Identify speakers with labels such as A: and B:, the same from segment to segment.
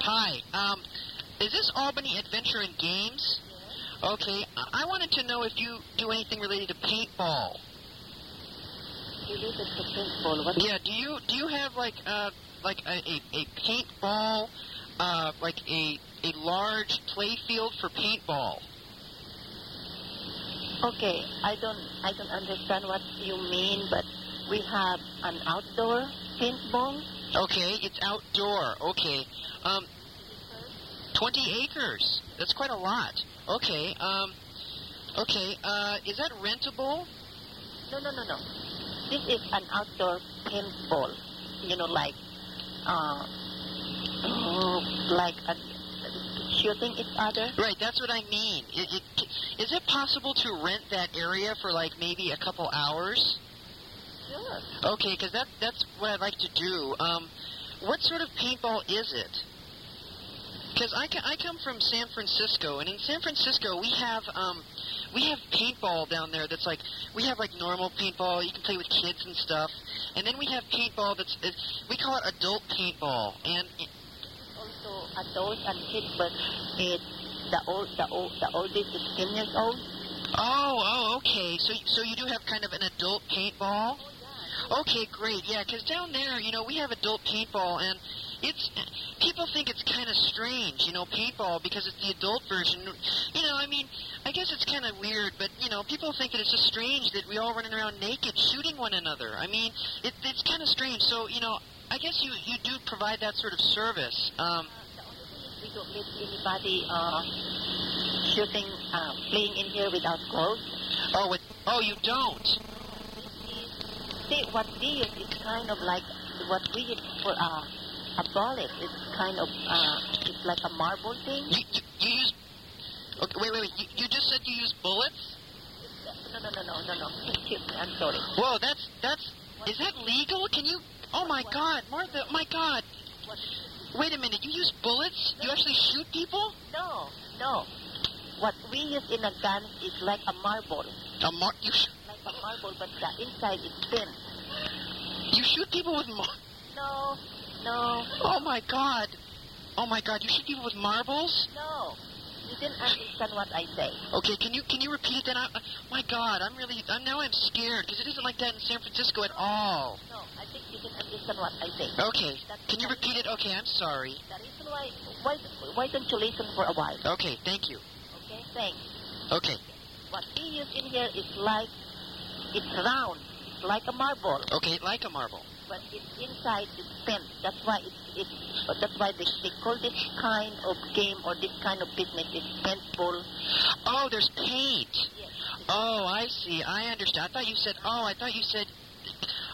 A: Hi. Um, is this Albany Adventure and Games? Okay. I I wanted to know if you do anything related to paintball.
B: Related to paintball, what?
A: Yeah. Do you do you have like uh like a a, a paintball uh like a a large play field for paintball?
B: Okay, I don't, I don't understand what you mean, but we have an outdoor paintball.
A: Okay. It's outdoor. Okay. Um, twenty acres. That's quite a lot. Okay. Um, okay. Uh, is that rentable?
B: No, no, no, no. This is an outdoor paintball. You know, like, uh, oh, like a, shooting each other.
A: Right, that's what I mean. It, it, is it possible to rent that area for like maybe a couple hours?
B: Sure.
A: Okay, because that, that's what I'd like to do. Um, what sort of paintball is it? Because I, co- I come from San Francisco, and in San Francisco we have um, we have paintball down there. That's like we have like normal paintball you can play with kids and stuff, and then we have paintball that's it, we call it adult paintball, and
B: Also, adults and kids, but it's the old, the old, the oldest is ten years old.
A: Oh, oh, okay. So, so you do have kind of an adult paintball. Okay, great. Yeah, 'cause down there, you know, we have adult paintball, and it's people think it's kind of strange, you know, paintball because it's the adult version. You know, I mean, I guess it's kind of weird, but you know, people think that it's just strange that we all running around naked shooting one another. I mean, it, it's kind of strange. So, you know, I guess you you do provide that sort of service. Um,
B: We don't let anybody uh, shooting, uh, playing in here without gloves.
A: oh, with, oh, you don't.
B: See, what we use is kind of like what we use for uh, a bullet. It's kind of uh, it's like a marble thing.
A: You, you, you use. Okay, wait, wait, wait. You, you just said you use bullets?
B: No, no, no, no, no, no. Excuse me, I'm sorry.
A: Whoa, that's that's. Is that legal? Can you? Oh my God, Martha! My God. Wait a minute. You use bullets? You actually shoot people?
B: No, no. What we use in a gun is like a marble,
A: A mar- you sh-
B: like a marble, but the inside is thin.
A: you shoot people with mar-
B: No, no,
A: Oh my God. Oh my God. You shoot people with marbles?
B: no. You didn't understand what I say.
A: Okay. Can you can you repeat it then? I, I- my God. I'm really. I'm now. I'm scared because it isn't like that in San Francisco at all.
B: No, I think you didn't understand what I say.
A: Okay. Can you repeat it? Okay. I'm sorry.
B: The reason why, why, why don't you listen for a while?
A: Okay. Thank you.
B: Okay, thanks.
A: Okay.
B: What we use in here is like, it's round, it's like a marble,
A: Okay. Like a marble.
B: but its inside is thin. That's why it's, it's that's why they, they call this kind of game or this kind of business is paintball.
A: Oh, there's paint.
B: Yes.
A: Oh, I see. I understand. I thought you said. Oh, I thought you said.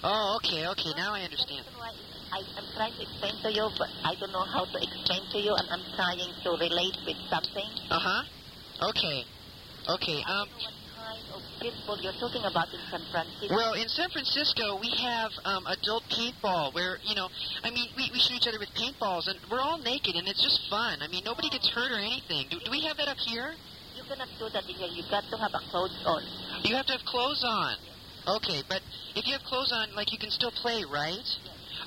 A: Oh, okay, okay. Now I understand.
B: The reason why I, I'm trying to explain to you, but I don't know how to explain to you, and I'm trying to relate with something.
A: Uh huh. Okay, okay. Um.
B: I don't know what kind of paintball you're talking about in San Francisco?
A: Well, in San Francisco, we have um, adult paintball where, you know, I mean, we, we shoot each other with paintballs and we're all naked and it's just fun. I mean, nobody gets hurt or anything. Do, do we have that up here?
B: you cannot do that in here. You got to have a clothes on.
A: You have to have clothes on. Okay, but if you have clothes on, like, you can still play, right?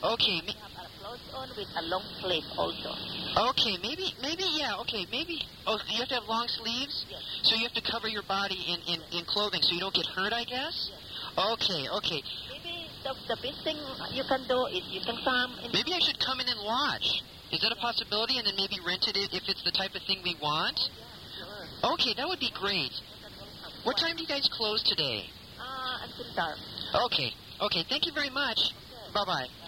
A: Okay, ma-
B: You have a clothes on with a long sleeve also.
A: Okay, maybe, maybe, yeah, okay, maybe. Oh, you have to have long sleeves?
B: Yes.
A: So you have to cover your body in, in, in clothing so you don't get hurt, I guess? Okay, okay.
B: Maybe the, the best thing you can do is you can come and
A: Maybe I should come in and watch. Is that a possibility? And then maybe rent it if it's the type of thing we want? Okay, that would be great. What time do you guys close today?
B: Ah, until dark.
A: Okay, okay, thank you very much. Bye bye.